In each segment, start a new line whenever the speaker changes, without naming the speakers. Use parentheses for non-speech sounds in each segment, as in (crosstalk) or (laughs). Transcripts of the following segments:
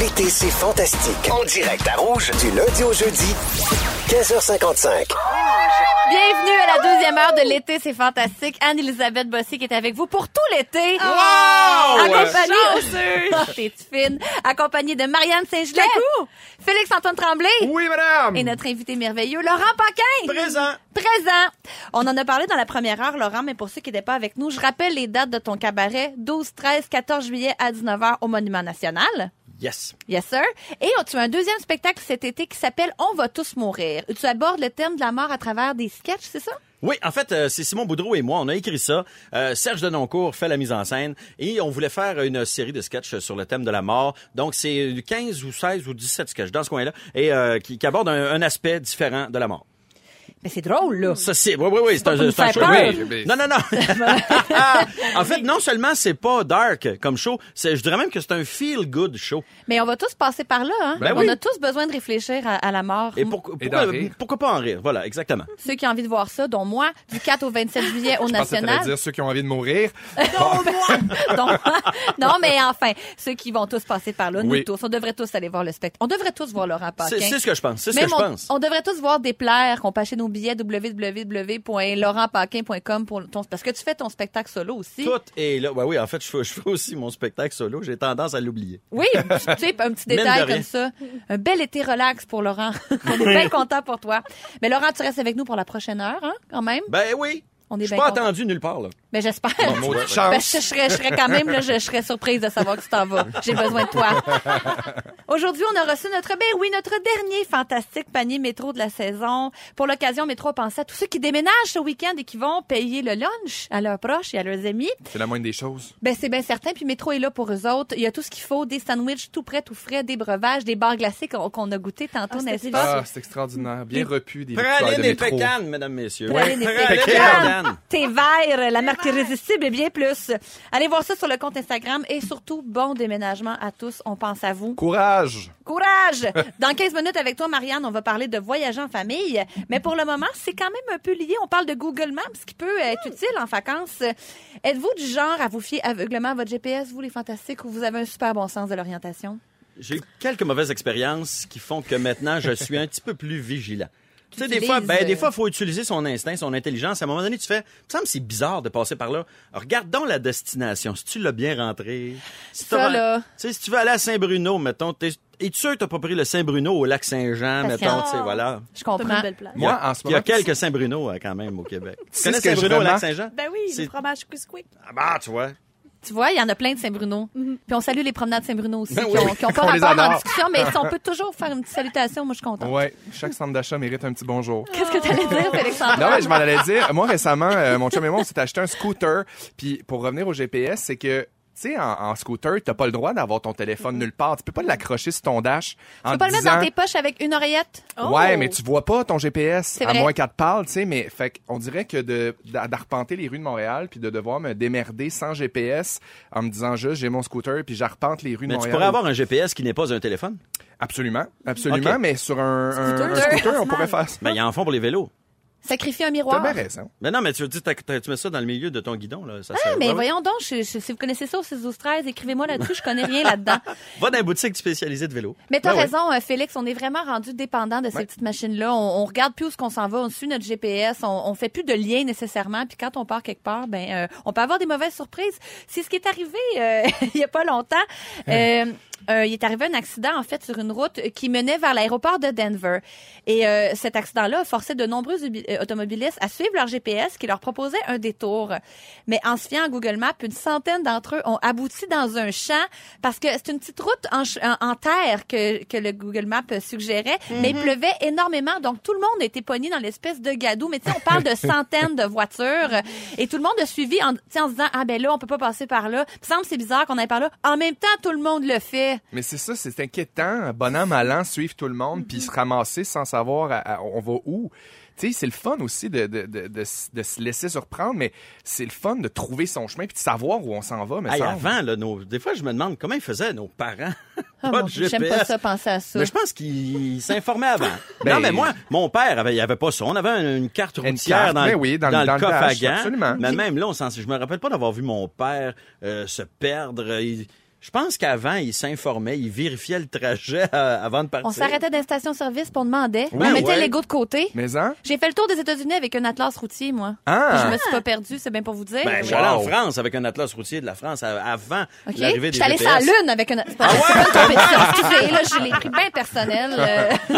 L'été, c'est fantastique. En direct à Rouge, du lundi au jeudi, 15h55.
Bienvenue à la deuxième heure de l'été, c'est fantastique. Anne-Elisabeth Bossy qui est avec vous pour tout l'été. Accompagnée... (laughs) T'es fine. Accompagnée de Marianne Saint-Gelais.
Coucou.
Félix-Antoine Tremblay.
Oui, madame!
Et notre invité merveilleux, Laurent Paquin.
Présent.
Présent. On en a parlé dans la première heure, Laurent, mais pour ceux qui n'étaient pas avec nous, je rappelle les dates de ton cabaret. 12, 13, 14 juillet à 19h au Monument National.
Yes.
Yes, sir. Et oh, tu as un deuxième spectacle cet été qui s'appelle On va tous mourir. Tu abordes le thème de la mort à travers des sketchs, c'est ça?
Oui, en fait, euh, c'est Simon Boudreau et moi, on a écrit ça. Euh, Serge Denoncourt fait la mise en scène et on voulait faire une série de sketchs sur le thème de la mort. Donc, c'est 15 ou 16 ou 17 sketchs dans ce coin-là et euh, qui, qui abordent un, un aspect différent de la mort.
Mais c'est drôle, là.
Ça, c'est, oui, oui, oui, c'est
pas
un,
pour nous
c'est un
faire
show.
peur.
Oui. Non, non, non. en fait, non (laughs) seulement c'est pas dark comme show, c'est, je dirais même que c'est un feel-good show.
Mais on va tous passer par là, hein?
Ben
on
oui.
a tous besoin de réfléchir à, à la mort.
Et pour-
Et
pourquoi,
d'en rire.
pourquoi pas en rire? Voilà, exactement.
Ceux qui ont envie de voir ça, dont moi, du 4 au 27 juillet au
Je pensais que t'allais
National.
dire ceux qui ont envie de mourir.
(laughs) Donc, non, mais enfin, ceux qui vont tous passer par là, nous
Oui.
tous, on devrait tous aller voir le spectacle. On devrait tous voir Laurent Paquin.
C'est, c'est ce que je pense. C'est ce
Même
que je
on,
pense.
on devrait tous voir des plaires qu'on peut acheter nos billets www.laurentpaquin.com pour ton, parce que tu fais ton spectacle solo aussi.
Tout est là. Ouais, oui, en fait, je fais, je fais aussi mon spectacle solo. J'ai tendance à l'oublier.
Oui, tu sais, un petit
Mine
détail
de rien.
comme ça. Un bel été relax pour Laurent. on est bien content pour toi. Mais Laurent, tu restes avec nous pour la prochaine heure, hein, quand même.
Ben oui.
On est
Je suis
bien
pas
content.
attendu nulle part, là.
Mais j'espère.
maudite
Parce que
chance.
je serais, je serais quand même, là, je, je serais surprise de savoir que tu t'en vas. J'ai besoin de toi. Aujourd'hui, on a reçu notre, ben oui, notre dernier fantastique panier métro de la saison. Pour l'occasion, Métro a pensé à tous ceux qui déménagent ce week-end et qui vont payer le lunch à leurs proches et à leurs amis.
C'est la moindre des choses.
Ben, c'est bien certain. Puis Métro est là pour eux autres. Il y a tout ce qu'il faut. Des sandwichs tout prêts, tout frais, des breuvages, des barres glacées qu'on qu'on a goûté tantôt,
Ah,
n'est-ce
c'était
pas?
Ah, c'est extraordinaire. Bien repu des victoires de
Praline et
métro.
pécane, mesdames, messieurs.
Praline
(laughs)
et
Praline et
pécane.
pécane.
T'es vert, la marque irrésistible et bien plus. Allez voir ça sur le compte Instagram et surtout, bon déménagement à tous. On pense à vous.
Courage!
(laughs)
Courage! Dans 15 minutes avec toi, Marianne, on va parler de voyager en famille. Mais pour le moment, c'est quand même un peu lié. On parle de Google Maps qui peut être utile en vacances. Êtes-vous du genre à vous fier aveuglement à votre GPS, vous les fantastiques, ou vous avez un super bon sens de l'orientation?
J'ai eu quelques mauvaises expériences qui font que maintenant, je suis un petit peu plus vigilant. Tu sais, des
utilises,
fois,
euh,
ben, des fois, faut utiliser son instinct, son intelligence. À un moment donné, tu fais, il me semble que c'est bizarre de passer par là. Regarde donc la destination. Si tu l'as bien rentré. Si
Ça,
t'as-
là.
Tu sais, si tu veux aller à Saint-Bruno, mettons, t'es, es-tu sûr que t'as pas pris le Saint-Bruno au lac Saint-Jean,
Parce
mettons,
que- Ah.
tu sais, voilà.
Je
T'as pris
comprends.
une belle place.
Il y a-
Moi, en ce
Il y a
moment,
quelques Saint-Bruno, euh, quand même, au Québec. Tu
sais
connais
ce que je
Saint-Bruno au lac
remarque?
Saint-Jean?
Ben oui,
C'est-
le fromage Quisquick.
Ah, bah, tu vois.
Tu vois, il y en a plein de Saint-Bruno.
Mm-hmm.
Puis on salue les promenades Saint-Bruno aussi,
Ben
qui ont-
oui.
qui n'ont pas
(laughs) On les
rapport en
adore.
discussion, mais si on peut toujours faire une petite salutation, moi, je suis contente.
Ouais, chaque centre d'achat mérite un petit bonjour.
Qu'est-ce que tu allais dire, félix
Non, mais je m'en allais dire. Moi, récemment, euh, mon chum et moi, on s'est acheté un scooter. Puis, pour revenir au GPS, c'est que, tu sais, en, en scooter, t'as pas le droit d'avoir ton téléphone nulle part. Tu peux pas l'accrocher sur ton
Tu
dash.
peux Mm-hmm. pas le mettre dans tes poches avec une oreillette?
Oh.
Ouais, mais tu vois pas ton GPS,
Oh! C'est
à
vrai.
moins qu'elle te parle, tu sais, mais fait on dirait que de d'a- d'arpenter les rues de Montréal puis de devoir me démerder sans GPS en me disant juste j'ai mon scooter puis j'arpente les rues de
Mais tu
Montréal.
pourrais avoir un GPS qui n'est pas un téléphone.
Absolument, absolument,
Ok.
mais sur un un- un
Scooter.
scooter, on pourrait faire ça.
Ben, il y en font pour les vélos.
Sacrifier un
T'as
miroir.
bien raison.
Mais non, mais tu veux dire, t'as- t'as- tu mets ça dans le milieu de ton guidon, là. Ça
Ah,
sert-
mais
Va-
voyons donc, je- je- si vous connaissez ça au 6 12 13 écrivez-moi là-dessus, je connais rien là-dedans.
Va dans une boutique spécialisée de vélo.
Mais t'as
Ben oui.
raison, euh, Félix, on est vraiment rendu dépendant de ces
Ouais.
petites machines-là. On, on regarde plus où ce qu'on s'en va, on suit notre GPS, on, on fait plus de liens nécessairement. Puis quand on part quelque part, ben euh, on peut avoir des mauvaises surprises. C'est ce qui est arrivé euh, (laughs) il y a pas longtemps. Euh, euh, il est arrivé un accident en fait sur une route qui menait vers l'aéroport de Denver. Et euh, cet accident-là a forcé de nombreux ubi- euh, automobilistes à suivre leur GPS qui leur proposait un détour. Mais en se fiant à Google Maps, une centaine d'entre eux ont abouti dans un champ parce que c'est une petite route en, ch- en- en terre que, que le Google Maps suggérait, mais
Mhm.
il pleuvait énormément. Donc, tout le monde était pogné dans l'espèce de gadou. Mais tu sais, on parle de centaines de voitures et tout le monde a suivi en, tu sais, en se disant, ah ben là, on peut pas passer par là. Il me semble que c'est bizarre qu'on aille par là. En même temps, tout le monde le fait.
Mais c'est ça, c'est inquiétant. Bon an, mal an, suivre tout le monde,
Mm-hmm.
puis se ramasser sans savoir à- à- on va où. Tu sais, c'est le fun aussi de, de, de, de s- de se laisser surprendre, mais c'est le fun de trouver son chemin puis de savoir où on s'en va. Mais
Hey,
ça,
avant, là, nos... des fois, je me demande comment ils faisaient nos parents. (laughs)
Ah,
Pas
mon
de
Dieu, J'aime
GPS.
pas ça, penser à ça.
Mais je pense qu'ils
(laughs)
s'informaient avant.
Ben-
non, mais moi, mon père, avait, il avait pas ça. On avait un- une carte routière
Une carte,
dans, le-
ben oui, dans le- dans
le
le
coffre à
dash,
gants.
absolument.
Mais même là, on s'en, je me rappelle pas d'avoir vu mon père euh, se perdre. Il- Je pense qu'avant, ils s'informaient, ils vérifiaient le trajet euh, avant de partir.
On s'arrêtait dans les stations-service pour demander.
Oui,
on mettait
ouais.
l'ego de côté.
Mais hein?
J'ai fait le tour des États-Unis avec un atlas routier, moi.
Ah!
Je me suis pas perdue, c'est bien pour vous dire.
Ben,
Oui.
j'allais en
Wow.
France avec un atlas routier de la France euh, avant
OK.
l'arrivée des
J'étais
Ah
allée
GPS.
sur la Lune avec un... C'est pas vrai, c'est pas une
(laughs)
compétition. Excusez, là, je l'ai pris bien personnel. euh.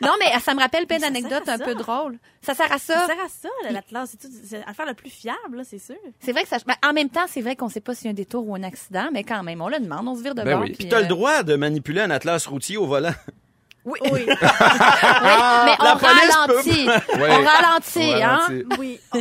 non, mais ah, ça me rappelle plein
Mais ça
d'anecdotes
sert à
un
ça.
peu drôles. Ça sert à
Ça
ça.
sert à ça, là, l'Atlas. C'est tout- C'est l'affaire la plus fiable, là, c'est sûr.
C'est vrai que ça... ben, en même temps, c'est vrai qu'on sait pas s'il y a un détour ou un accident, mais quand même, on le demande, on se vire de
Ben
bord.
oui.
Puis
puis,
t'as
euh,
le droit de manipuler un atlas routier
(laughs)
au volant. Ben,
Oui.
(laughs)
oui. mais on
Ah, La police
ralentit.
(laughs)
Ouais.
On ralentit,
Ouais,
hein?
c'est-
Oui. Oh,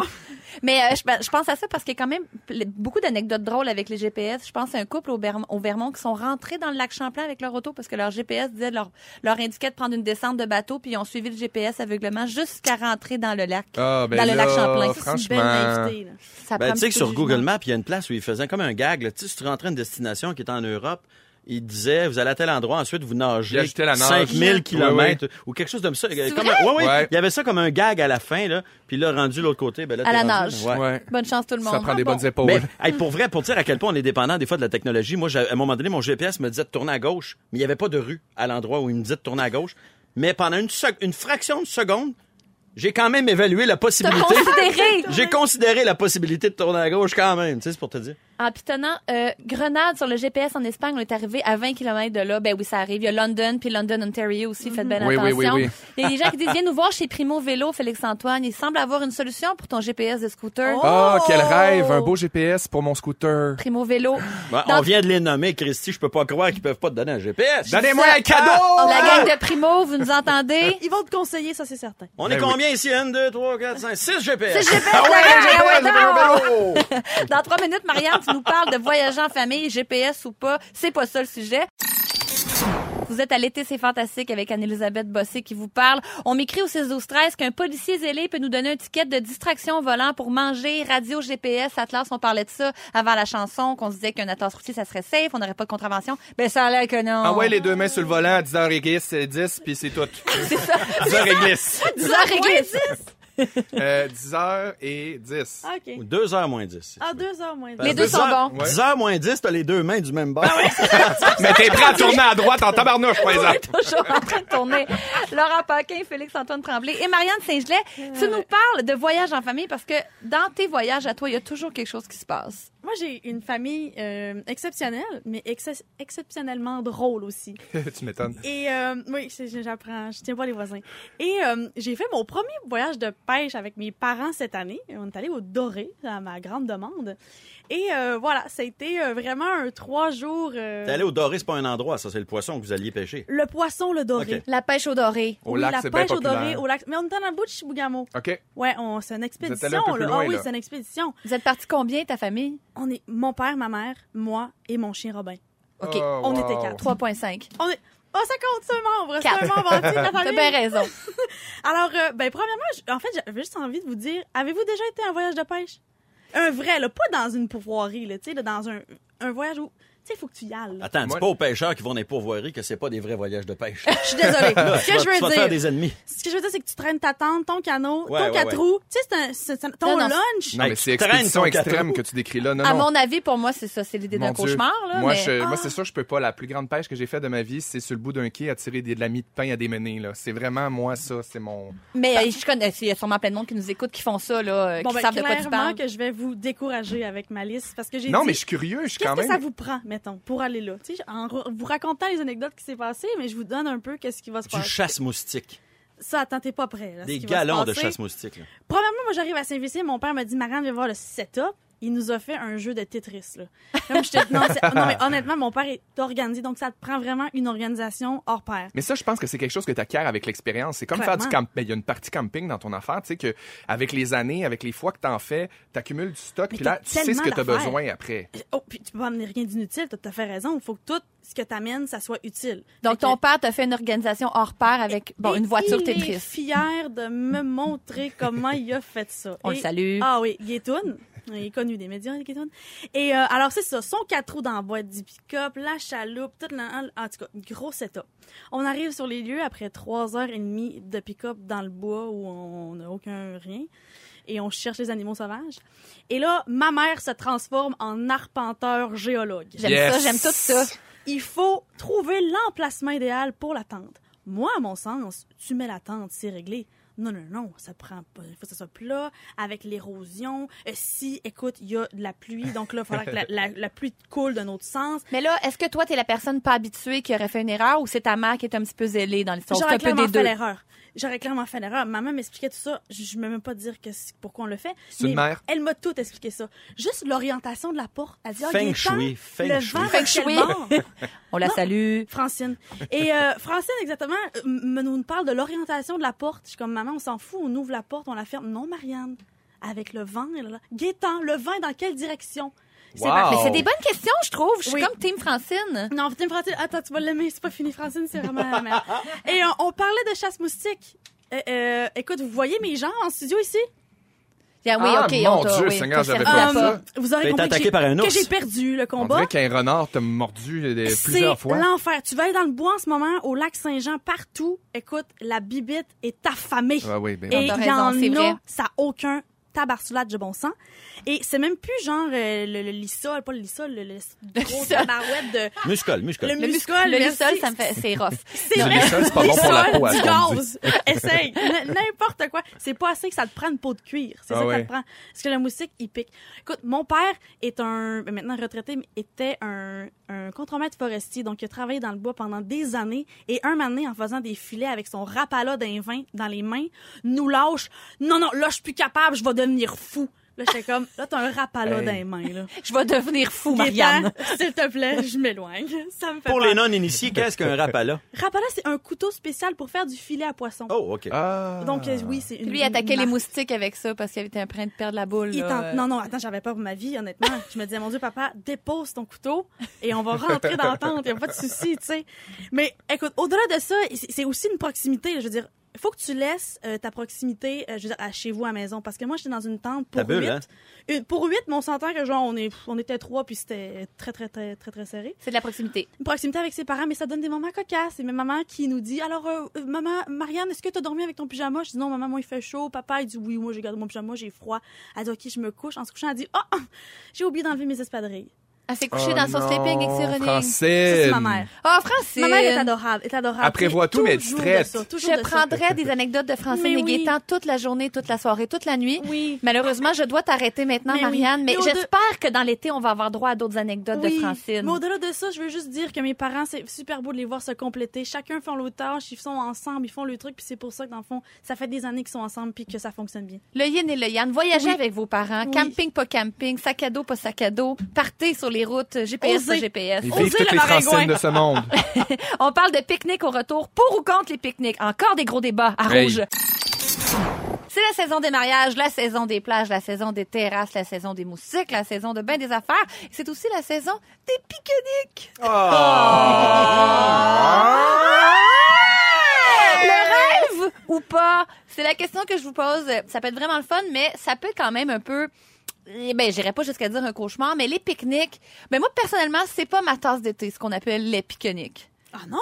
Mais euh, je, ben, je pense à ça parce qu'il y a quand même pl- beaucoup d'anecdotes drôles avec les GPS. Je pense à un couple au, Verm- au Vermont qui sont rentrés dans le lac Champlain avec leur auto parce que leur GPS disait leur, leur indiquait de prendre une descente de bateau puis ils ont suivi le GPS aveuglement jusqu'à rentrer dans le lac.
Ah, ben
dans le lac
là,
Champlain.
Ça, c'est une belle
franchement.
naïveté, là.
Ça prend
Ben,
un
tu sais
petit
que
peu
sur
de
Google
jugement.
Maps, il y a une place où ils faisaient comme un gag. là. Tu sais, si tu rentrais à une destination qui est en Europe, ils disaient, vous allez à tel endroit, ensuite vous
Ils
nagez
ajoutaient la nage.
5000
Ouais, ouais.
km ou quelque chose comme ça. Comme
vrai?
un- ouais, ouais.
Ouais.
Il y avait ça comme un gag à la fin, là. Puis là, rendu de l'autre côté, ben là,
À
t'es
la
rendu-
nage.
Ouais.
Ouais.
Bonne chance tout le monde.
Ça prend
Ah,
des
bon.
bonnes épaules.
Mais Ben, hey, pour vrai, pour dire à quel point on est dépendant des fois de la technologie, moi, j'avais- à un moment donné, mon GPS me disait de tourner à gauche, mais il n'y avait pas de rue à l'endroit où il me disait de tourner à gauche. Mais pendant une, sec- une fraction de seconde, j'ai quand même évalué la
T'as
(laughs)
possibilité.
considéré hein?
J'ai considéré la possibilité de tourner à gauche quand même, tu sais, c'est pour te dire.
En pitonnant euh, Grenade sur le GPS en Espagne, on est arrivé à 20 km de là. Ben oui, ça arrive. Il y a London, puis London, Ontario aussi. Faites bien
Oui, oui,
attention.
oui, oui.
Il y a des gens qui disent, viens nous voir chez Primo Vélo, Félix-Antoine. Il semble avoir une solution pour ton GPS de scooter.
Ah, quel
Oh!
rêve! Un beau GPS pour mon scooter.
Primo Vélo.
Ouais,
Dans-
Ben, on vient de les nommer, Christy, je peux pas croire qu'ils peuvent pas te donner un GPS.
Donnez-moi
Ça-
un cadeau!
La gang de Primo, vous nous
(laughs)
entendez?
Ils vont te conseiller, ça, c'est certain.
On est
Ben oui.
combien ici? 1, 2, 3, 4, 5, 6 GPS.
C'est GPS, la gang, ah ouais, non! Dans trois minutes, Marianne, tu nous parles de voyager en famille, GPS ou pas. C'est pas ça le sujet. Vous êtes à l'été, c'est fantastique avec Anne-Elisabeth Bossé qui vous parle. On m'écrit au 6 12 13 qu'un policier zélé peut nous donner un ticket de distraction au volant pour manger, radio, GPS, Atlas. On parlait de ça avant la chanson, qu'on se disait qu'un atlas routier, ça serait safe, on n'aurait pas de contravention. Ben, ça a l'air que non.
(laughs) Ah ouais, les deux mains sur le volant à 10h10, c'est 10, puis c'est tout.
(laughs) C'est ça.
10h10.
10 heures et glisse.
Euh, 10h10.
Ah, OK.
2 heures moins 10.
Ah, deux heures moins.
Les deux sont bons. Ben
Ouais.
10 heures moins 10, t'as les deux mains du même bord.
Mais t'es prêt à tourner à droite en
(laughs)
tabarnouche, par
On est
exemple.
toujours en train de tourner. Laurent Paquin, Félix-Antoine Tremblay et Marianne Saint-Gelais, tu nous parles de voyage en famille parce que dans tes voyages à toi, il y a toujours quelque chose qui se passe.
Moi, j'ai une famille euh, exceptionnelle, mais exce- exceptionnellement drôle aussi.
(laughs) tu m'étonnes.
Et euh, oui, c'est- je- j'apprends, je tiens pas les voisins. Et euh, j'ai fait mon premier voyage de pêche avec mes parents cette année. On est allé au Doré, à ma grande demande. Et euh, voilà, ça a été euh, vraiment un trois jours. euh,
T'es allé au doré, c'est pas un endroit, ça, c'est le poisson que vous alliez pêcher.
Le poisson, le Doré.
Ok.
La pêche au doré.
Au
Oui,
lac,
la
c'est bien
pêche au Doré,
populaire.
au lac. Mais on était dans le bout de Chibougamau.
OK.
Ouais, on, c'est une expédition.
allés un peu plus
là.
loin,
Ah oui,
là.
c'est une expédition.
Vous êtes partis combien, ta famille?
On est mon père, ma mère, moi et mon chien Robin.
OK,
Oh,
on
wow.
était quatre.
3,5.
On est... Ah, ça compte, c'est un membre. C'est
Quatre.
un membre entier
(laughs)
de la
T'as
famille.
bien raison.
Alors, euh, ben, premièrement, j- en fait, j'avais juste envie de vous dire, avez-vous déjà été à un voyage de pêche? Un vrai, là, pas dans une pourvoirie, là, tu sais, là, dans un, un voyage où, tu sais, il faut que tu y ailles. là.
Attends, dis
Moi-
pas aux pêcheurs qui vont dans les pourvoiries que c'est pas des vrais voyages de
(laughs)
pêche.
Je
(laughs)
suis désolée.
Là,
ce
tu
que
vas-
je
tu vas te faire
veux dire,
des ennemis.
ce que je veux dire, c'est que tu traînes ta tente, ton canot,
Ouais,
ton
ouais,
quatre
ouais.
roues, tu sais, c'est un- c'est un- ton
Non, non.
lunch.
Non, mais c'est
Tu traînes
expédition
ton quatre
extrême
roues.
que tu décris là. Non,
À
non.
mon avis, pour moi, c'est ça. C'est l'idée
Mon
d'un
Dieu.
cauchemar. Là,
moi,
mais...
je- moi,
Ah.
c'est sûr, je peux pas. La plus grande pêche que j'ai faite de ma vie, c'est sur le bout d'un quai à tirer des lamis de pain à des menées, là. C'est vraiment, moi, ça, c'est mon...
mais euh, je connais, il y a sûrement plein de monde qui nous écoute qui font ça, là, euh,
Bon,
qui
ben,
savent de quoi tu
clairement
parles.
que je vais vous décourager avec ma liste parce que j'ai
Non,
dit,
mais je suis curieux, je suis
Qu'est-ce
quand
que
même...
ça vous prend, mettons, pour aller là? Tu sais, en re- vous racontant les anecdotes qui s'est passé, mais je vous donne un peu qu'est-ce qui va se
Du
passer.
chasse-moustique.
Ça, attends, t'es pas prêt. Là, ce
Des
qui va se
galons de
passer.
chasse-moustique. là.
Premièrement, moi, j'arrive à Saint-Vicien, mon père m'a dit, Marianne, viens voir le setup. Il nous a fait un jeu de Tetris, là. Comme je te- non, c'est-
(laughs)
non, mais honnêtement, mon père est organisé, donc ça te prend vraiment une organisation hors pair.
Mais ça, je pense que c'est quelque chose que tu acquiers avec l'expérience. C'est comme
Clairement.
faire du camping. Il y a une partie camping dans ton affaire, tu sais, que avec les années, avec les fois que t'en fais, t'accumules du stock,
Mais
puis là,
t'as
tu sais ce que t'as
tellement d'affaires.
besoin après.
Oh, puis tu peux pas amener rien d'inutile, t'as tout à fait raison. Il faut que tout ce que t'amènes, ça soit utile.
Donc,
Fait que-
ton père t'a fait une organisation hors pair avec bon,
Et
une voiture
Il est
Tetris.
fier de me montrer comment il a fait ça.
On
Et-
le salue.
Ah oui, Guétoun. Il est connu des médias, Guétoun. Et euh, alors, c'est ça. Son quatre roues dans la boîte du pick-up, la chaloupe, tout le... En tout cas, gros setup. On arrive sur les lieux après trois heures et demie de pick-up dans le bois où on n'a aucun rien. et on cherche les animaux sauvages. Et là, ma mère se transforme en arpenteur géologue.
J'aime
Yes.
ça, j'aime tout ça.
Il faut trouver l'emplacement idéal pour la tente. Moi, à mon sens, tu mets la tente, c'est réglé. Non, non, non, ça prend pas. Il faut que ça soit plat, avec l'érosion. Euh, si, écoute, il y a de la pluie, donc là, il faudra que la, la- la pluie coule d'un autre sens.
Mais là, est-ce que toi, t'es la personne pas habituée qui aurait fait une erreur ou c'est ta mère qui est un petit peu zélée dans l'histoire? C'est
J'aurais
un peu
clairement
des
fait
deux.
l'erreur. J'aurais clairement fait l'erreur. Maman m'expliquait tout ça. Je je peux même pas dire que c'est- pourquoi on le fait.
C'est une
mais
mère.
Elle m'a tout expliqué ça. Juste l'orientation de la porte. Elle dit, Ah, il
Feng
est temps,
shui, feng
le
shui.
vent va
Feng
de quel
shui. (laughs)
bord?
On la
Non.
salue.
Francine. Et euh, Francine, exactement, euh, m- nous parle de l'orientation de la porte. Je suis comme, maman, on s'en fout, on ouvre la porte, on la ferme. Non, Marianne, avec le vent, et là, là. Gaétan, le vent est dans quelle direction? C'est
Wow.
parfait.
Mais c'est
Oh.
des bonnes questions, je trouve. Je suis
Oui.
comme Team Francine.
Non, Francine, Francine, attends, tu vas l'aimer, c'est pas fini, Francine, c'est vraiment la merde. Et euh, on, on parlait de chasse moustique. Euh, euh, écoute, vous voyez mes gens en studio ici?
Ah oui,
Ah,
OK.
mon
on t'a-
Dieu,
oui,
Seigneur,
t'as
j'avais
fermé
pas
la
Euh,
vu ça.
porte.
vous aurez
T'as été
compris que
attaqué
j'ai-
par un
que
ours.
j'ai perdu le
On
combat.
dirait qu'un renard t'a mordu euh,
C'est
plusieurs fois.
l'enfer. Tu vas aller dans le bois en ce moment, au lac Saint-Jean, partout. Écoute, la bibite est affamée.
Ah oui, ben,
Et il
t'as
y en
raison, c'est
a,
vrai.
ça a aucun tabarsoulage de bon sens. Et c'est même plus genre euh, le, le lissol, pas le lissol, le, le
(laughs)
gros
lissol.
tabarouette de...
Muscole, muscole.
Le
Le muscle,
muscole,
le
merci.
sol, ça me fait. C'est
(laughs)
rough.
C'est
Le
vrai,
lissol, c'est pas bon pour la
lissol,
peau, à
du
ce qu'on
gaz. (laughs) Essaye. N- N'importe quoi. C'est pas assez que ça te prend une peau de cuir. C'est
Ah
ça
ouais.
que ça te prend. Parce que le moustique, il pique. Écoute, mon père est un, ben, maintenant retraité, mais était un, un contremaître forestier. Donc, il a travaillé dans le bois pendant des années. Et un matin, en faisant des filets avec son rapala d'un vin dans les mains, nous lâche. Non, non, là, je suis plus capable, je vais devenir fou. Là, j'étais comme, là, t'as un rapala
Hey.
dans les mains, là.
Je vais devenir fou, Marianne.
Gaétan, (laughs) S'il te plaît, je m'éloigne. (laughs) Ça me fait
Pour
peur.
les non-initiés, qu'est-ce qu'un rapala?
Rapala, c'est un couteau spécial pour faire du filet à poisson.
Oh, OK.
Ah.
Donc, euh, oui, c'est une.
Lui, il attaquait les
marque.
moustiques avec ça parce qu'il était en train de perdre la boule.
Il est
là.
en- Non, non, attends, j'avais peur pour ma vie,
(laughs)
honnêtement. Je me disais, mon Dieu, papa, dépose ton couteau et on va rentrer dans la tente. Il n'y a pas de souci, tu sais. Mais écoute, au-delà de ça, c'est c'est aussi une proximité. là. Je veux dire, il faut que tu laisses euh, ta proximité, euh, je veux dire, à chez vous, à la maison. Parce que moi, j'étais dans une tente pour
Ta bulle,
huit.
hein?
Une- Pour huit, mais on s'entend que genre, on, est, on était trois, puis c'était très, très, très, très, très serré
C'est de la proximité.
une proximité avec ses parents, mais ça donne des moments cocasses. Et ma maman qui nous dit Alors, euh, euh, maman, Marianne, est-ce que tu as dormi avec ton pyjama Je dis Non, maman, moi, il fait chaud. Papa, il dit Oui, moi, j'ai gardé mon pyjama, j'ai froid. Elle dit Ok, je me couche. En se couchant, elle dit Ah, j'ai oublié d'enlever mes espadrilles.
Elle s'est couchée dans son sleeping avec ses running.
Oh
Ça,
Francine.
c'est ma mère.
Ah, Francine!
Ma mère est adorable. Est adorable.
Elle prévoit tout, mais elle est
Toujours
distraite.
de ça, toujours
Je
de ça.
prendrais des anecdotes de Francine
Mais
et
oui.
Gaétan toute la journée, toute la soirée, toute la nuit.
Oui.
Malheureusement, je dois t'arrêter maintenant,
Mais oui.
Marianne, mais
Mais au-
j'espère que dans l'été, on va avoir droit à d'autres anecdotes
Oui.
de Francine.
Mais au-delà de ça, je veux juste dire que mes parents, c'est super beau de les voir se compléter. Chacun fait leur tâche, ils sont ensemble, ils font le truc, puis c'est pour ça que dans le fond, ça fait des années qu'ils sont ensemble, puis que ça fonctionne bien.
Le yin et le yang, voyagez avec vos parents,
Oui.
camping, pas camping, sac à dos, pas sac à dos, partez sur les routes, Euh, GPS, pas
Osez.
GPS.
Et
Osez
vive toutes
le
les Francines
maringouin.
de ce
(laughs)
monde.
On parle de pique-nique au retour, pour ou contre les pique-niques. Encore des gros débats à
Hey.
rouge. C'est la saison des mariages, la saison des plages, la saison des terrasses, la saison des moustiques, la saison de bain des affaires. C'est aussi la saison des pique-niques.
Ah!
Ah!
Ah!
Le rêve ou pas? C'est la question que je vous pose. Ça peut être vraiment le fun, mais ça peut être quand même un peu. eh Ben, j'irais pas jusqu'à dire un cauchemar, mais les pique-niques. Ben, moi, personnellement, c'est pas ma tasse d'été, ce qu'on appelle les pique-niques.
Ah non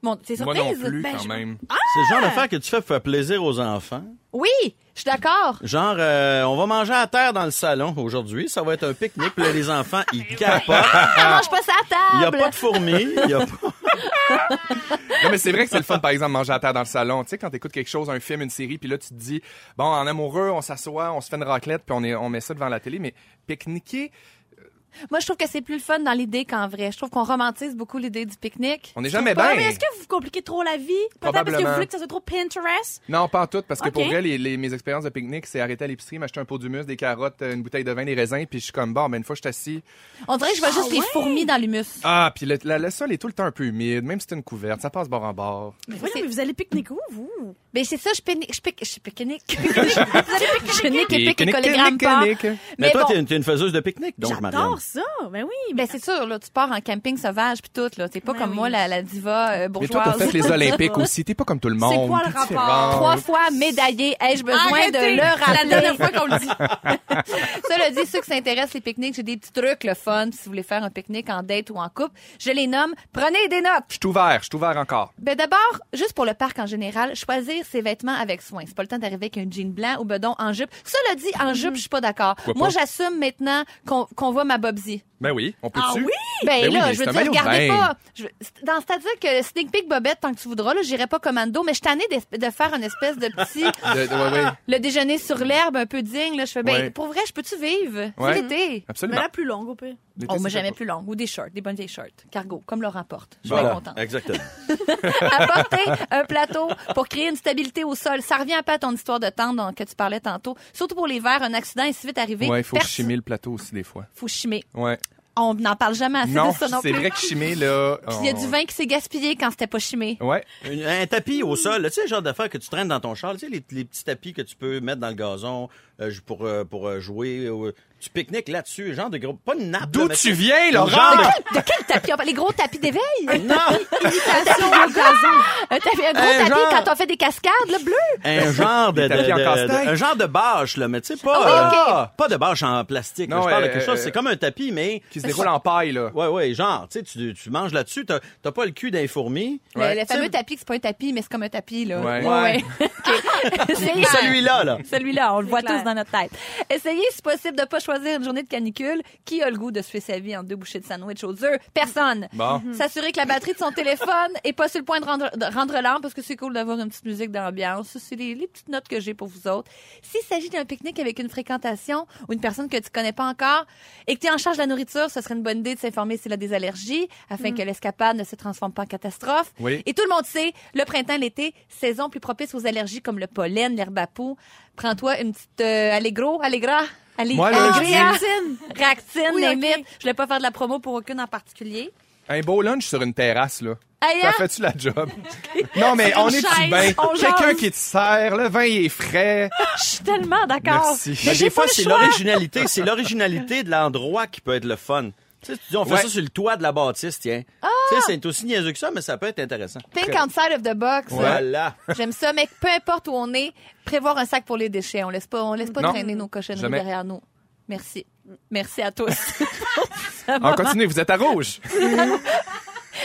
Bon, c'est
Moi non
surprise.
plus,
Ben,
quand
je-
même.
C'est le genre
Ah!
d'affaire que tu fais pour faire plaisir aux enfants.
Oui, je suis d'accord.
Genre, euh, on va manger à terre dans le salon aujourd'hui. Ça va être un pique-nique. Puis là, les enfants,
(laughs)
ils capotent.
Ah!
On mange pas ça à table.
Il n'y a pas de fourmis. Il y a pas...
Non, mais c'est vrai que c'est le fun, par exemple, manger à terre dans le salon. Tu sais, quand t'écoutes quelque chose, un film, une série, puis là, tu te dis, bon, en amoureux, on s'assoit, on se fait une raclette, puis on, est, on met ça devant la télé, mais pique-niquer,
Moi, je trouve que c'est plus le fun dans l'idée qu'en vrai. Je trouve qu'on romantise beaucoup l'idée du pique-nique.
on n'est jamais
Bon,
bien.
mais est-ce que vous compliquez trop la vie?
Eh ben.
Peut-être parce que
Probablement.
vous voulez que ça soit trop Pinterest?
Non, pas en tout, parce que
Ok.
pour vrai, les, les- mes expériences de pique-nique, c'est arrêter à l'épicerie, m'acheter un pot d'humus, des carottes, euh, une bouteille de vin, des raisins, puis je suis comme, bon, mais une fois que je suis assis,
On dirait que je vois juste les
ouais?
fourmis dans l'humus.
ah, puis le, la, le sol est tout le temps un peu humide, même si c'est une couverte, ça passe bord en bord.
Mais voyons,
c'est-
mais vous allez pique-niquer où, vous?
Mais Ben, c'est ça, je pique, je pique, je pique-nique.
(laughs)
Vous allez pique-nique et pique et collégramme pas.
Pique-nique.
Mais, toi,
bon,
t'es une, t'es une faiseuse de pique-nique, donc,
J'adore
Marianne.
pour ça. Ben oui.
Ben, c'est sûr, là, tu pars en camping sauvage puis tout, là. T'es pas
Ben
comme
oui.
moi, la, la diva euh,
Mais toi, t'as
bourgeoise.
fait les
(laughs)
Olympiques aussi. T'es pas comme tout le monde.
quoi le
T'es
rapport?
différente.
Trois fois médaillé, ai-je besoin de le
C'est
rappeler?
la dernière fois qu'on le dit.
Cela dit, ceux qui s'intéressent les pique-niques, j'ai des petits trucs, le fun. Si vous voulez faire un pique-nique en date ou en couple, je les nomme. Prenez des notes.
Je suis ouvert, je suis ouvert encore.
Ben d'abord, juste pour le parc en général, choisir ses vêtements avec soin. C'est pas le temps d'arriver avec un jean blanc ou bedon en jupe. Cela dit, en jupe, je suis pas d'accord. Moi,
pas?
j'assume maintenant qu'on qu'on voit ma bobsie.
Ben oui, on peut dessus.
Ah
Ben,
Ben oui,
là,
mais
je veux
c'est un
dire,
maillot de
regardez
bain.
pas. Je, c'est- dans c'est-à-dire que sneak peek bobette tant que tu voudras, là, j'irai pas commando, mais je suis tannée d'es- de faire une espèce de petit
De- de- ouais, ouais,
le déjeuner sur l'herbe un peu digne. Là, je fais ben
Ouais.
pour vrai, je peux-tu vivre C'est
Ouais.
l'été.
Mais
absolument.
la plus longue, au pire.
L'été,
Oh, moi,
c'est
j'aimais
pas-
plus longues ou des shorts, des bonnes vieilles shorts, cargo, comme Laurent Porte. Je suis bien
Voilà,
contente.
exactement.
Apporter un plateau pour créer une stabilité au sol. Ça revient un peu à ton histoire de tente dont- que tu parlais tantôt. Surtout pour les verres, un accident est si vite arrivé.
Ouais, il faut
Perso-
chimer le plateau aussi des fois.
Faut chimer.
Ouais.
On n'en parle jamais assez
Non,
de Ah, ça non
c'est
plus.
vrai que chimer là.
Puis Il y a
on-
du vin qui s'est gaspillé quand c'était pas chimé.
Ouais.
Une- un tapis au sol, là, tu sais, le genre d'affaires que tu traînes dans ton char, tu sais, les, les petits tapis que tu peux mettre dans le gazon euh, pour, euh, pour euh, jouer. euh, tu pique-niques là-dessus, genre de gros. Pas une nappe.
D'où
là, mais
tu
c'est-
viens,
Genre
Laurent?
de-
De quel tapis on parle? Les gros tapis d'éveil?
Non!
Un, tapis- un gros
Un
tapis
genre-
quand on fait des cascades, là, bleu?
(laughs)
Un genre de,
Des tapis
de-
en
de-
casse-tête.
de- un genre de bâche là, mais tu sais pas
Ah oui, ok.
euh, pas de bâche en plastique. là,
Non,
je parle
euh,
de quelque chose,
euh,
c'est comme un tapis mais
Qui se déroule en paille là.
Ouais ouais, genre, tu sais tu, tu manges là-dessus, t'as t'as pas le cul d'un fourmi.
Le-
Ouais.
Le,
Tu
fameux
sais-
tapis, que c'est pas un tapis, mais c'est comme un tapis, là.
Ouais.
(laughs) OK. (laughs) Essayez-
Celui-là là.
(laughs) Celui-là, on le voit
clair.
tous dans notre tête. Essayez, si possible, de pas choisir une journée de canicule. Qui a le goût de se faire sa vie en deux bouchées de sandwich aux œufs? Personne. Mhm.
Bon.
S'assurer que la batterie de son téléphone est pas sur le point de rendre, de rendre l'âme parce que c'est cool d'avoir une petite musique d'ambiance. Ça, C'est les, les petites notes que j'ai pour vous autres. S'il s'agit d'un pique-nique avec une fréquentation ou une personne que tu connais pas encore et que tu es en charge de la nourriture, ce serait une bonne idée de s'informer s'il a des allergies afin que l'escapade ne se transforme pas en catastrophe.
Oui.
Et tout le monde sait, le printemps, l'été, saison plus propice aux allergies comme le pollen, l'herbe à poux. Prends-toi une petite euh, Allegro, Allegra, Alli-
Moi,
Ah,
là, je dis-
Allégria, Ractine,
Oui, ok.
limite. Je voulais pas faire de la promo pour aucune en particulier.
Un beau lunch sur une terrasse là.
Hey,
Ça
hein?
fait-tu la
(laughs)
job? Non, mais on est tu
chaise,
bien?
on
Quelqu'un
jase.
qui te sert, le vin il
(laughs)
est frais.
Je suis tellement d'accord.
Merci.
Ah, Mais
Mais
j'ai
des
pas
fois
le
c'est
choix.
l'originalité, c'est l'originalité de l'endroit qui peut être le fun. Tu sais, tu dis, on fait
Ouais.
ça sur le toit de la bâtisse, tiens.
Ah!
Tu sais, c'est aussi niaiseux que ça, mais ça peut être intéressant.
Think outside of the box. Euh,
Voilà.
J'aime ça, mais peu importe où on est, prévoir un sac pour les déchets. On laisse pas, on laisse pas
Non.
traîner nos cochonneries
Jamais.
derrière nous. Merci. Merci à tous.
On continue, vous êtes à rouge.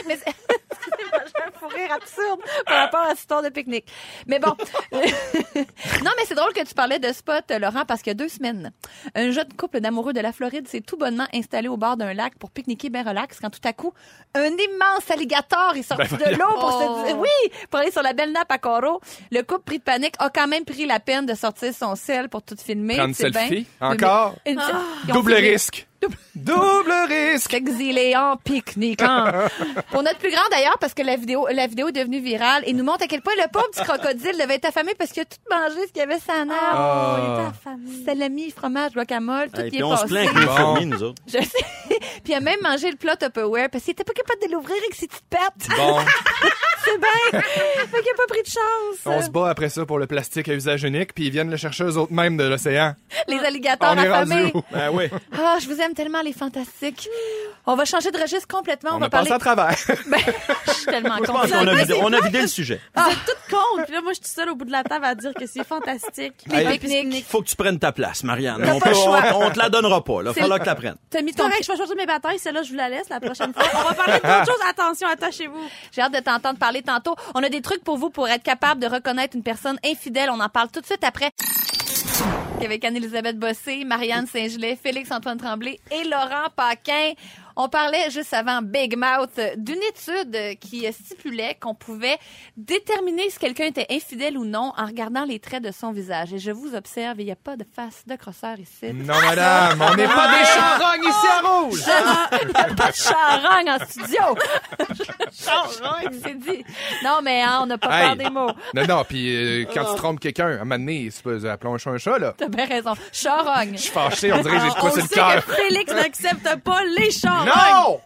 Mais c'est- (laughs) Excusez-moi, j'ai un fou rire absurde par rapport à cette histoire de pique-nique. Mais bon. (laughs) non, mais c'est drôle que tu parlais de spot, euh, Laurent, parce qu'il y a deux semaines, un jeune couple d'amoureux de la Floride s'est tout bonnement installé au bord d'un lac pour pique-niquer bien relax quand tout à coup, un immense alligator est sorti
Ben
de l'eau pour se dire, oui, pour aller sur la belle nappe à Coro. Le couple pris de panique a quand même pris la peine de sortir son sel pour tout filmer.
Prendre
tu sais bien. Oui,
selfie.
mais-
Encore.
Une- (laughs) Ils ont
Double
filmé.
risque. Double
(laughs)
risque.
Exilé en pique-niquant. Pour notre plus grand d'ailleurs, parce que la vidéo, la vidéo est devenue virale et nous montre à quel point le pauvre petit crocodile devait être affamé parce qu'il a tout mangé ce qu'il y avait sur la nappe.
Ah.
Salami, fromage, guacamole, tout
Et
y est
puis on se
passé.
plaint que les
Bon.
fourmis, nous autres.
(laughs) Je sais. Puis il a même mangé le plat Tupperware parce qu'il était pas capable de l'ouvrir avec ses petites
(laughs)
pattes.
Bon,
C'est bien. (laughs) fait qu'il a pas pris de chance.
on se bat après ça pour le plastique à usage unique, puis ils viennent le chercher eux autres mêmes de l'océan.
Les alligators
on est
affamés.
rendu où?
Ben oui.
Ah, je vous aime tellement les fantastiques. On va changer de registre complètement. On,
On,
va
a passé
parler.
à travers.
(laughs) Ben, je suis tellement
Je pense
contente.
qu'on a vidé- on a vidé le sujet.
Vous êtes toutes contre. Puis là, moi, je suis seule au bout de la table à dire que c'est fantastique.
Les
Puis-
pique-niques.
Faut que tu prennes ta place, Marianne.
T'as
On,
pas le
peut-
choix.
on- on te la donnera pas. Là.
C'est-
Falloir que tu la prennes.
T'as mis
C'est
ton
correct, je vais choisir mes batailles. Celle-là, je vous la laisse la prochaine fois. On va parler d'autre chose. Attention, attachez-vous.
J'ai hâte de t'entendre parler tantôt. On a des trucs pour vous pour être capable de reconnaître une personne infidèle. On en parle tout de suite après. Avec Anne-Elisabeth Bossé, Marianne Saint-Gelais, Félix-Antoine Tremblay et Laurent Paquin. On parlait juste avant Big Mouth euh, d'une étude euh, qui euh, stipulait qu'on pouvait déterminer si quelqu'un était infidèle ou non en regardant les traits de son visage. Et je vous observe, il n'y a pas de face de crosseur ici.
Non, madame, on n'est pas
Ah!
des charognes ici à rouge.
(laughs) Il n'y a pas de charogne en studio.
Freud.
C'est dit. Non, mais hein, on n'a pas
Hey.
peur des mots.
Non, non, puis euh, quand tu trompes quelqu'un, à un moment donné, c'est pas- appelons un chat un chat, là.
T'as bien raison. Ah, Charogne.
Je suis fâché, on dirait que j'ai de
On
quoi sur
sait
le cœur.
que Félix n'accepte pas les charognes.
Non!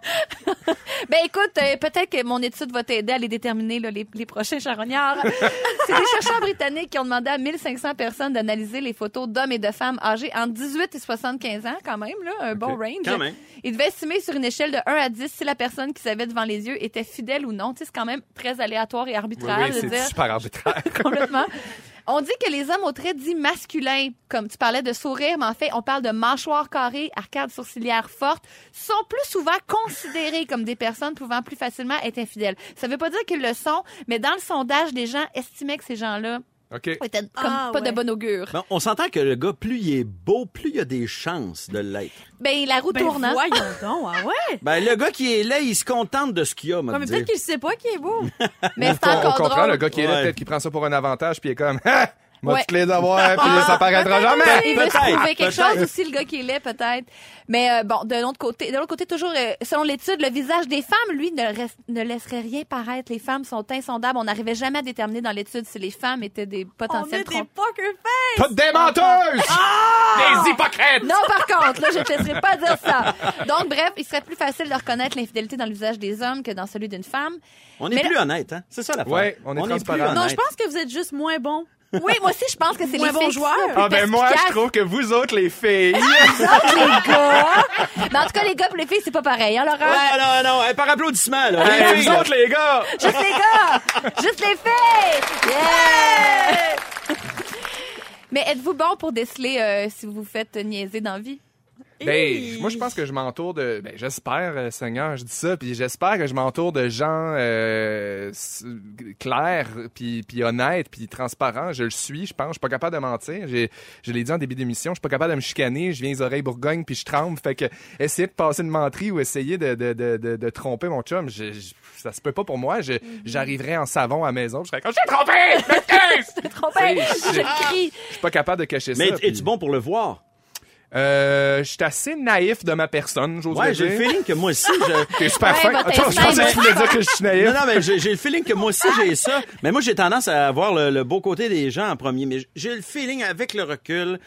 Ben écoute, euh, peut-être que mon étude va t'aider à les déterminer, là, les, les prochains charognards. (laughs) C'est des chercheurs britanniques qui ont demandé à 1500 personnes d'analyser les photos d'hommes et de femmes âgés entre 18 et 75 ans, quand même, là, un bon range.
Quand même.
Ils devaient estimer sur une échelle de 1 à 10 si la personne qu'ils avaient devant les yeux était fidèle ou non. Tu sais, c'est quand même très aléatoire et
Oui,
arbitraire
oui,
de
c'est
dire (laughs)
super arbitraire.
complètement. On dit que les hommes aux traits dits masculins, comme tu parlais de sourire, mais en fait, on parle de mâchoire carrée, arcade sourcilière forte, sont plus souvent considérés comme des personnes pouvant plus facilement être infidèles. Ça veut pas dire qu'ils le sont, mais dans le sondage, les gens estimaient que ces gens-là
OK.
étaient comme
Ah,
pas
ouais.
de bon augure.
Bon, on s'entend que le gars, plus il est beau, plus il y a des chances de l'être.
Ben, la roue
Ben,
tourne, hein?
voyons donc, ah ouais.
Ben, le gars qui est là, il se contente de ce qu'il a, m'a
Ouais, mais peut-être qu'il sait pas qu'il est beau.
mais c'est
On
encore
comprend
drôle.
le gars qui est là,
Ouais.
peut-être qu'il prend ça pour un avantage, puis il est comme, (laughs) ah, moi,
Ouais. Ah!
toutes les avoir, puis là, ça paraîtra jamais.
Il veut se
Peut-être,
prouver quelque
peut-être.
chose aussi, le gars qui est laid, peut-être. Mais euh, bon, de l'autre côté, de l'autre côté, toujours, euh, selon l'étude, le visage des femmes, lui, ne, reste- ne laisserait rien paraître. Les femmes sont insondables. On n'arrivait jamais à déterminer dans l'étude si les femmes étaient des
On
potentiels
est des
trompes.
poker face.
Toutes des menteuses!
Ah!
Des hypocrites!
Non, par contre, là, je ne te laisserai pas dire ça. Donc, bref, il serait plus facile de reconnaître l'infidélité dans le visage des hommes que dans celui d'une femme.
On est
Mais
plus honnête, hein? C'est ça la
Ouais, on est transparent.
Non, je pense que vous êtes juste moins bon.
(laughs) Oui, moi aussi, je pense que c'est
Moins
les
bon
filles qui
joueur.
sont plus
Ah ben moi, je
perspicaces.
trouve que vous autres, les filles,
Ah, les gars! Mais en tout cas, les gars pour les filles, c'est pas pareil, hein, Laurent?
Ouais, Ah, non, non, hey, par applaudissement,
Ah,
là.
hey,
Hey,
vous
là.
autres, les gars!
Juste les gars! Juste les filles! Yeah! Mais êtes-vous bon pour déceler euh, si vous vous faites niaiser dans la vie?
Ben, moi, je pense que je m'entoure de. Ben, j'espère, euh, Seigneur, je dis ça, puis j'espère que je m'entoure de gens euh, s- clairs, puis, puis honnêtes, puis transparents. Je le suis, je pense. Je suis pas capable de mentir. J'ai, je l'ai dit en début d'émission, je suis pas capable de me chicaner. Je viens les oreilles bourgogne, puis je tremble. Fait que essayer de passer une menterie ou essayer de, de, de, de, de tromper mon chum, je- je- ça se peut pas pour moi. Je, J'arriverais en savon à la maison, je serais comme, j'ai trompé! Je m'excuse!
Trompé!
C'est-
Je crie!
Je suis pas capable de cacher
Mais
ça.
es-tu
puis-
bon pour le voir?
Euh, je suis assez naïf de ma personne, j'ose
Ouais,
le
j'ai le
dire.
feeling que moi aussi, (laughs) je...
T'es super
Ouais,
fin.
bah, t'es
Attends, je
fin,
pensais
mais-
que tu voulais dire que je suis naïf.
Non, non, mais j'ai j'ai le feeling que moi aussi j'ai ça. Mais moi, j'ai tendance à avoir le, le beau côté des gens en premier. Mais j'ai le feeling avec le recul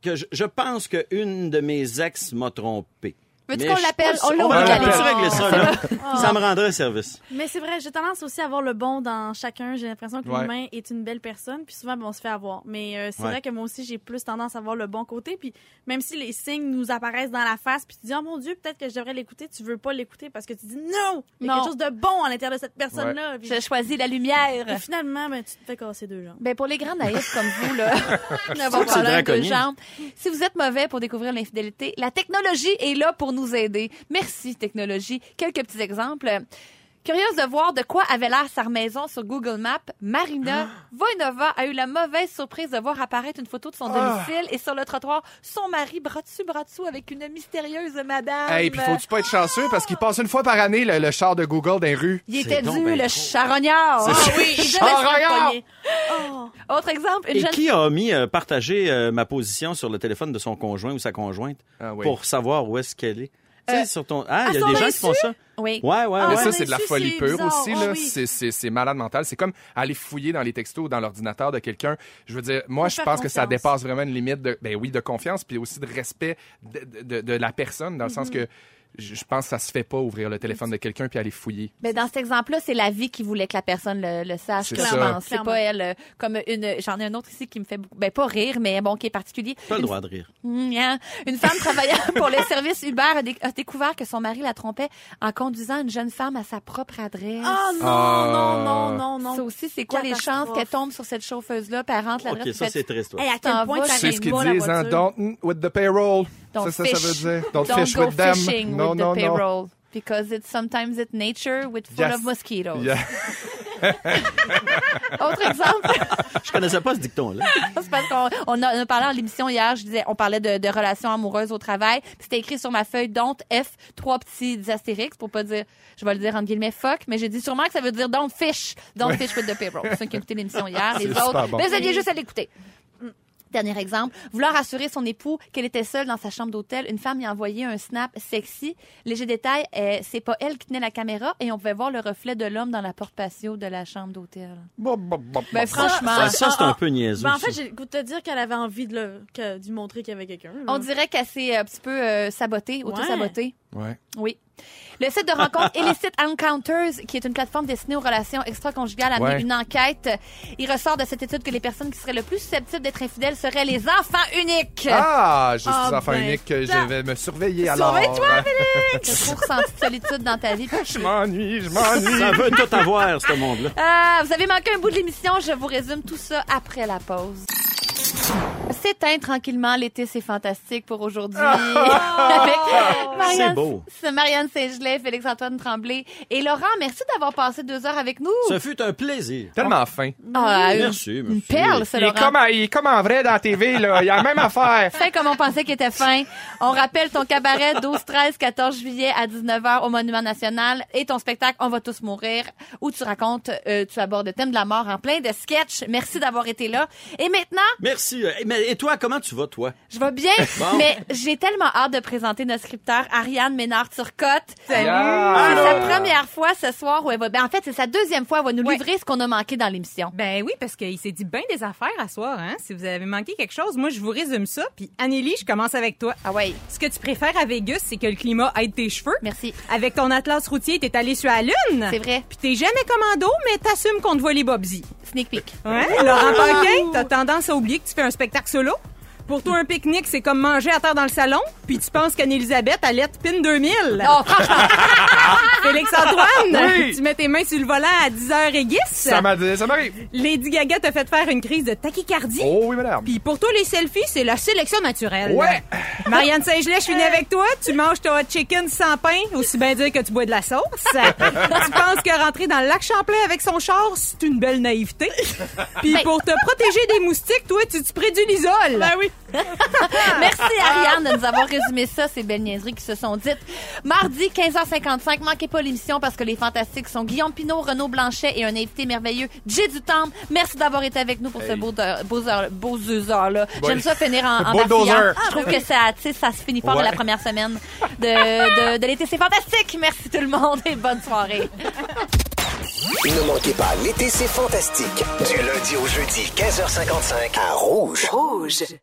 que je, je pense qu'une de mes ex m'a trompé.
Veux-tu
Mais
qu'on
je suis
l'appelle? Ah.
pas
On
sûr.
l'a
On va
au
l'appeler.
téléphone.
Peux-tu régler ça,
C'est
là? Ça me rendrait service.
Mais c'est vrai, j'ai tendance aussi à avoir le bon dans chacun. J'ai l'impression que
Ouais.
l'humain est une belle personne, puis souvent, ben, on se fait avoir. Mais euh, c'est
Ouais.
vrai que moi aussi, j'ai plus tendance à voir le bon côté. Puis même si les signes nous apparaissent dans la face, puis tu dis, oh mon Dieu, peut-être que je devrais l'écouter, tu veux pas l'écouter parce que tu dis, non, il y a
Non.
quelque chose de bon à l'intérieur de cette personne-là. Puis-
Je choisis la lumière.
Et finalement, ben, tu te fais casser deux jambes.
Ben pour les grands naïfs comme vous,
(laughs)
là, (laughs)
C'est
n'avoir
vrai
pas
qu'on
de
est.
jambes. Si vous êtes mauvais pour découvrir l'infidélité, la technologie est là pour nous aider. Merci, technologie. Quelques petits exemples. Curieuse de voir de quoi avait l'air sa maison sur Google Maps, Marina
Ah!
Voinova a eu la mauvaise surprise de voir apparaître une photo de son
Ah.
domicile et sur le trottoir, son mari bras dessus, bras dessous avec une mystérieuse madame.
Hey, puis faut-tu pas être chanceux parce qu'il passe une fois par année le, le char de Google dans les rues.
Il
C'est
était
donc
dû,
ben
le
trop.
charognard.
C'est-
Ah oui, il devait se faire
Charognard.
pogner.
Oh.
Autre exemple, une
Et
jeune
qui a mis euh, partager euh, ma position sur le téléphone de son conjoint ou sa conjointe
Ah oui.
pour savoir où est-ce qu'elle est? Tu
Euh,
sais, sur ton... Ah, il y a
son
des gens qui
insu?
font ça.
Oui.
Ouais, ouais,
Ah,
Mais
ouais.
ça,
mais
c'est de la
ça,
folie
c'est
pure
bizarre.
aussi.
Ah
là.
oui.
C'est- C'est c'est malade mental. C'est comme aller fouiller dans les textos ou dans l'ordinateur de quelqu'un. Je veux dire, moi,
Faut
je
faire
pense que ça
confiance.
dépasse vraiment une limite de, ben oui, de confiance, puis aussi de respect de, de- de- de la personne, dans le sens que je je pense que ça se fait pas ouvrir le téléphone de quelqu'un puis aller fouiller.
Mais Ben, dans cet exemple-là, c'est la vie qui voulait que la personne le, le sache,
C'est
que je
ça.
pense. C'est
Clairement.
pas elle. euh, Comme une, j'en ai un autre ici qui me fait beaucoup, ben pas rire, mais bon, qui est particulier.
Pas le
Une-
droit de rire.
Miam. Une femme travaillant (laughs) pour les services Uber a, dé- a découvert que son mari la trompait en conduisant une jeune femme à sa propre adresse.
Oh non,
Ah.
non, non, non, non.
Ça aussi, c'est quoi les chances
Catastrophe.
qu'elle tombe sur cette chauffeuse-là, puis elle rentre
Ben,
l'adresse
OK, ça,
puis
c'est
fait-
triste. ouais.
Hey, à
T'en
quel point
vas,
t'arrives
C'est ce qu'ils
pas, la
disent, hein?
voiture.
Don't with the payroll.
Don't
ça, ça, ça veut
fish.
dire. Don't,
Don't
fish
go
with them.
fishing
non,
with the
non, non.
payroll. Because it's sometimes it nature with full
Yes.
of mosquitoes.
Yeah. (laughs)
Autre exemple.
(laughs)
Ah, Je connaissais pas ce dicton-là.
(laughs) C'est parce qu'on on a, on a parlé en l'émission hier, je disais, on parlait de, de relations amoureuses au travail. puis C'était écrit sur ma feuille don't F trois petits astérix pour pas dire, je vais le dire entre guillemets fuck, mais j'ai dit sûrement que ça veut dire don't fish, don't fish with the payroll. Ceux qui ont écouté l'émission hier, les
C'est super
autres,
bon.
mais vous aviez juste à l'écouter. Hmm. Dernier exemple, vouloir assurer son époux qu'elle était seule dans sa chambre d'hôtel, une femme lui a envoyé un snap sexy. Léger détail, euh, c'est pas elle qui tenait la caméra et on pouvait voir le reflet de l'homme dans la porte patio de la chambre d'hôtel.
Bon, bon, bon,
Ben,
bon.
franchement,
Ça, ça, c'est
Ah,
un
ah.
peu niaiseux.
Ben, en
ça.
fait, j'ai le goût de te dire qu'elle avait envie de, le, que- de lui montrer qu'il y avait quelqu'un. là.
Mm.
on dirait qu'elle s'est un petit peu euh, sabotée, auto-sabotée.
Ouais.
Oui. Le site de
(laughs)
rencontre Illicit Encounters, qui est une plateforme destinée aux relations extra-conjugales, a
Ouais.
mené une enquête. Il ressort de cette étude que les personnes qui seraient le plus susceptibles d'être infidèles seraient les enfants uniques.
Ah, je suis
Ah,
enfant
ben,
unique, je
ça-
vais me surveiller alors.
Surveille-toi,
T'as trop ressenti de solitude dans ta vie.
(laughs) Je m'ennuie, je
(laughs)
m'ennuie.
Ça veut tout avoir, ce monde-là.
Ah, vous avez manqué un bout de l'émission. Je vous résume tout ça après la pause. S'éteint tranquillement, l'été, c'est fantastique pour aujourd'hui. (laughs) Avec Marianne-
C'est beau.
c'est Marianne Ségelet, Félix-Antoine Tremblay et Laurent, merci d'avoir passé deux heures avec nous.
Ce fut un plaisir.
Tellement fin.
Ah, une-
Merci,
Une
merci.
perle, ce
Il est,
Laurent.
comme, en- il est comme en vrai dans la TV, là. Il a la même affaire.
Fin comme on pensait qu'il était fin. On rappelle ton cabaret 12, 13, 14 juillet à 19h au Monument National et ton spectacle On va tous mourir où tu racontes, euh, tu abordes le thème de la mort en plein de sketchs. Merci d'avoir été là. Et maintenant,
Merci. Euh, Mais, et toi, comment tu vas, toi?
je vais bien,
Bon.
mais j'ai tellement hâte de présenter notre scripteur Ariane Ménard-Turcotte. Ah,
Yeah.
C'est sa première fois ce soir où elle va. Ben, en fait, c'est sa deuxième fois. Elle va nous
Ouais.
livrer ce qu'on a manqué dans l'émission.
Ben oui, parce qu'il s'est dit bien des affaires à soir, hein. Si vous avez manqué quelque chose, moi, je vous résume ça. Puis, Anneli, je commence avec toi.
Ah ouais,
Ce que tu préfères à Vegas, c'est que le climat aide tes cheveux.
merci.
Avec ton atlas routier, t'es allé sur la Lune.
C'est vrai.
Puis t'es jamais commando, mais t'assumes qu'on te voit les bobsies.
Sneak peek.
Ouais, Laurent Paquin, t'as tendance à oublier que tu fais un spectacle solo. Pour toi, un pique-nique, c'est comme manger à terre dans le salon. Puis tu penses qu'Anne-Elisabeth allait te pin 2000.
Oh, franchement,
(laughs) Félix-Antoine,
Oui.
tu mets tes mains sur le volant à 10h et guisse.
Ça m'a dit, ça m'arrive.
Lady Gaga t'a fait faire une crise de tachycardie.
Oh oui, madame.
Puis pour toi, les selfies, c'est la sélection naturelle.
Ouais.
(laughs) Marianne Saint-Gelais, je finis
Euh.
avec toi. Tu manges ton hot chicken sans pain, aussi bien dire que tu bois de la sauce. tu penses que rentrer dans le lac Champlain avec son char, c'est une belle naïveté. Puis pour te protéger des moustiques, toi, tu te prends du lisole.
Ben oui.
(laughs) merci Ariane de nous avoir résumé ça, ces belles niaiseries qui se sont dites. Mardi, 15h55, manquez pas l'émission parce que les fantastiques sont Guillaume Pinot, Renaud Blanchet et un invité merveilleux, Jay Dutemps. Merci d'avoir été avec nous pour ce beau, de- beau heure- beau deux heures, là.
Bon-
J'aime ça finir en, en
Bulldozer. Ah,
bafouillant. Je trouve que ça, tu sais, ça se finit fort de
Ouais.
la première semaine de, de- de l'été. C'est fantastique. Merci tout le monde et bonne soirée.
Ne manquez pas, l'été, c'est fantastique. Du lundi au jeudi, 15h55, à Rouge.
Rouge.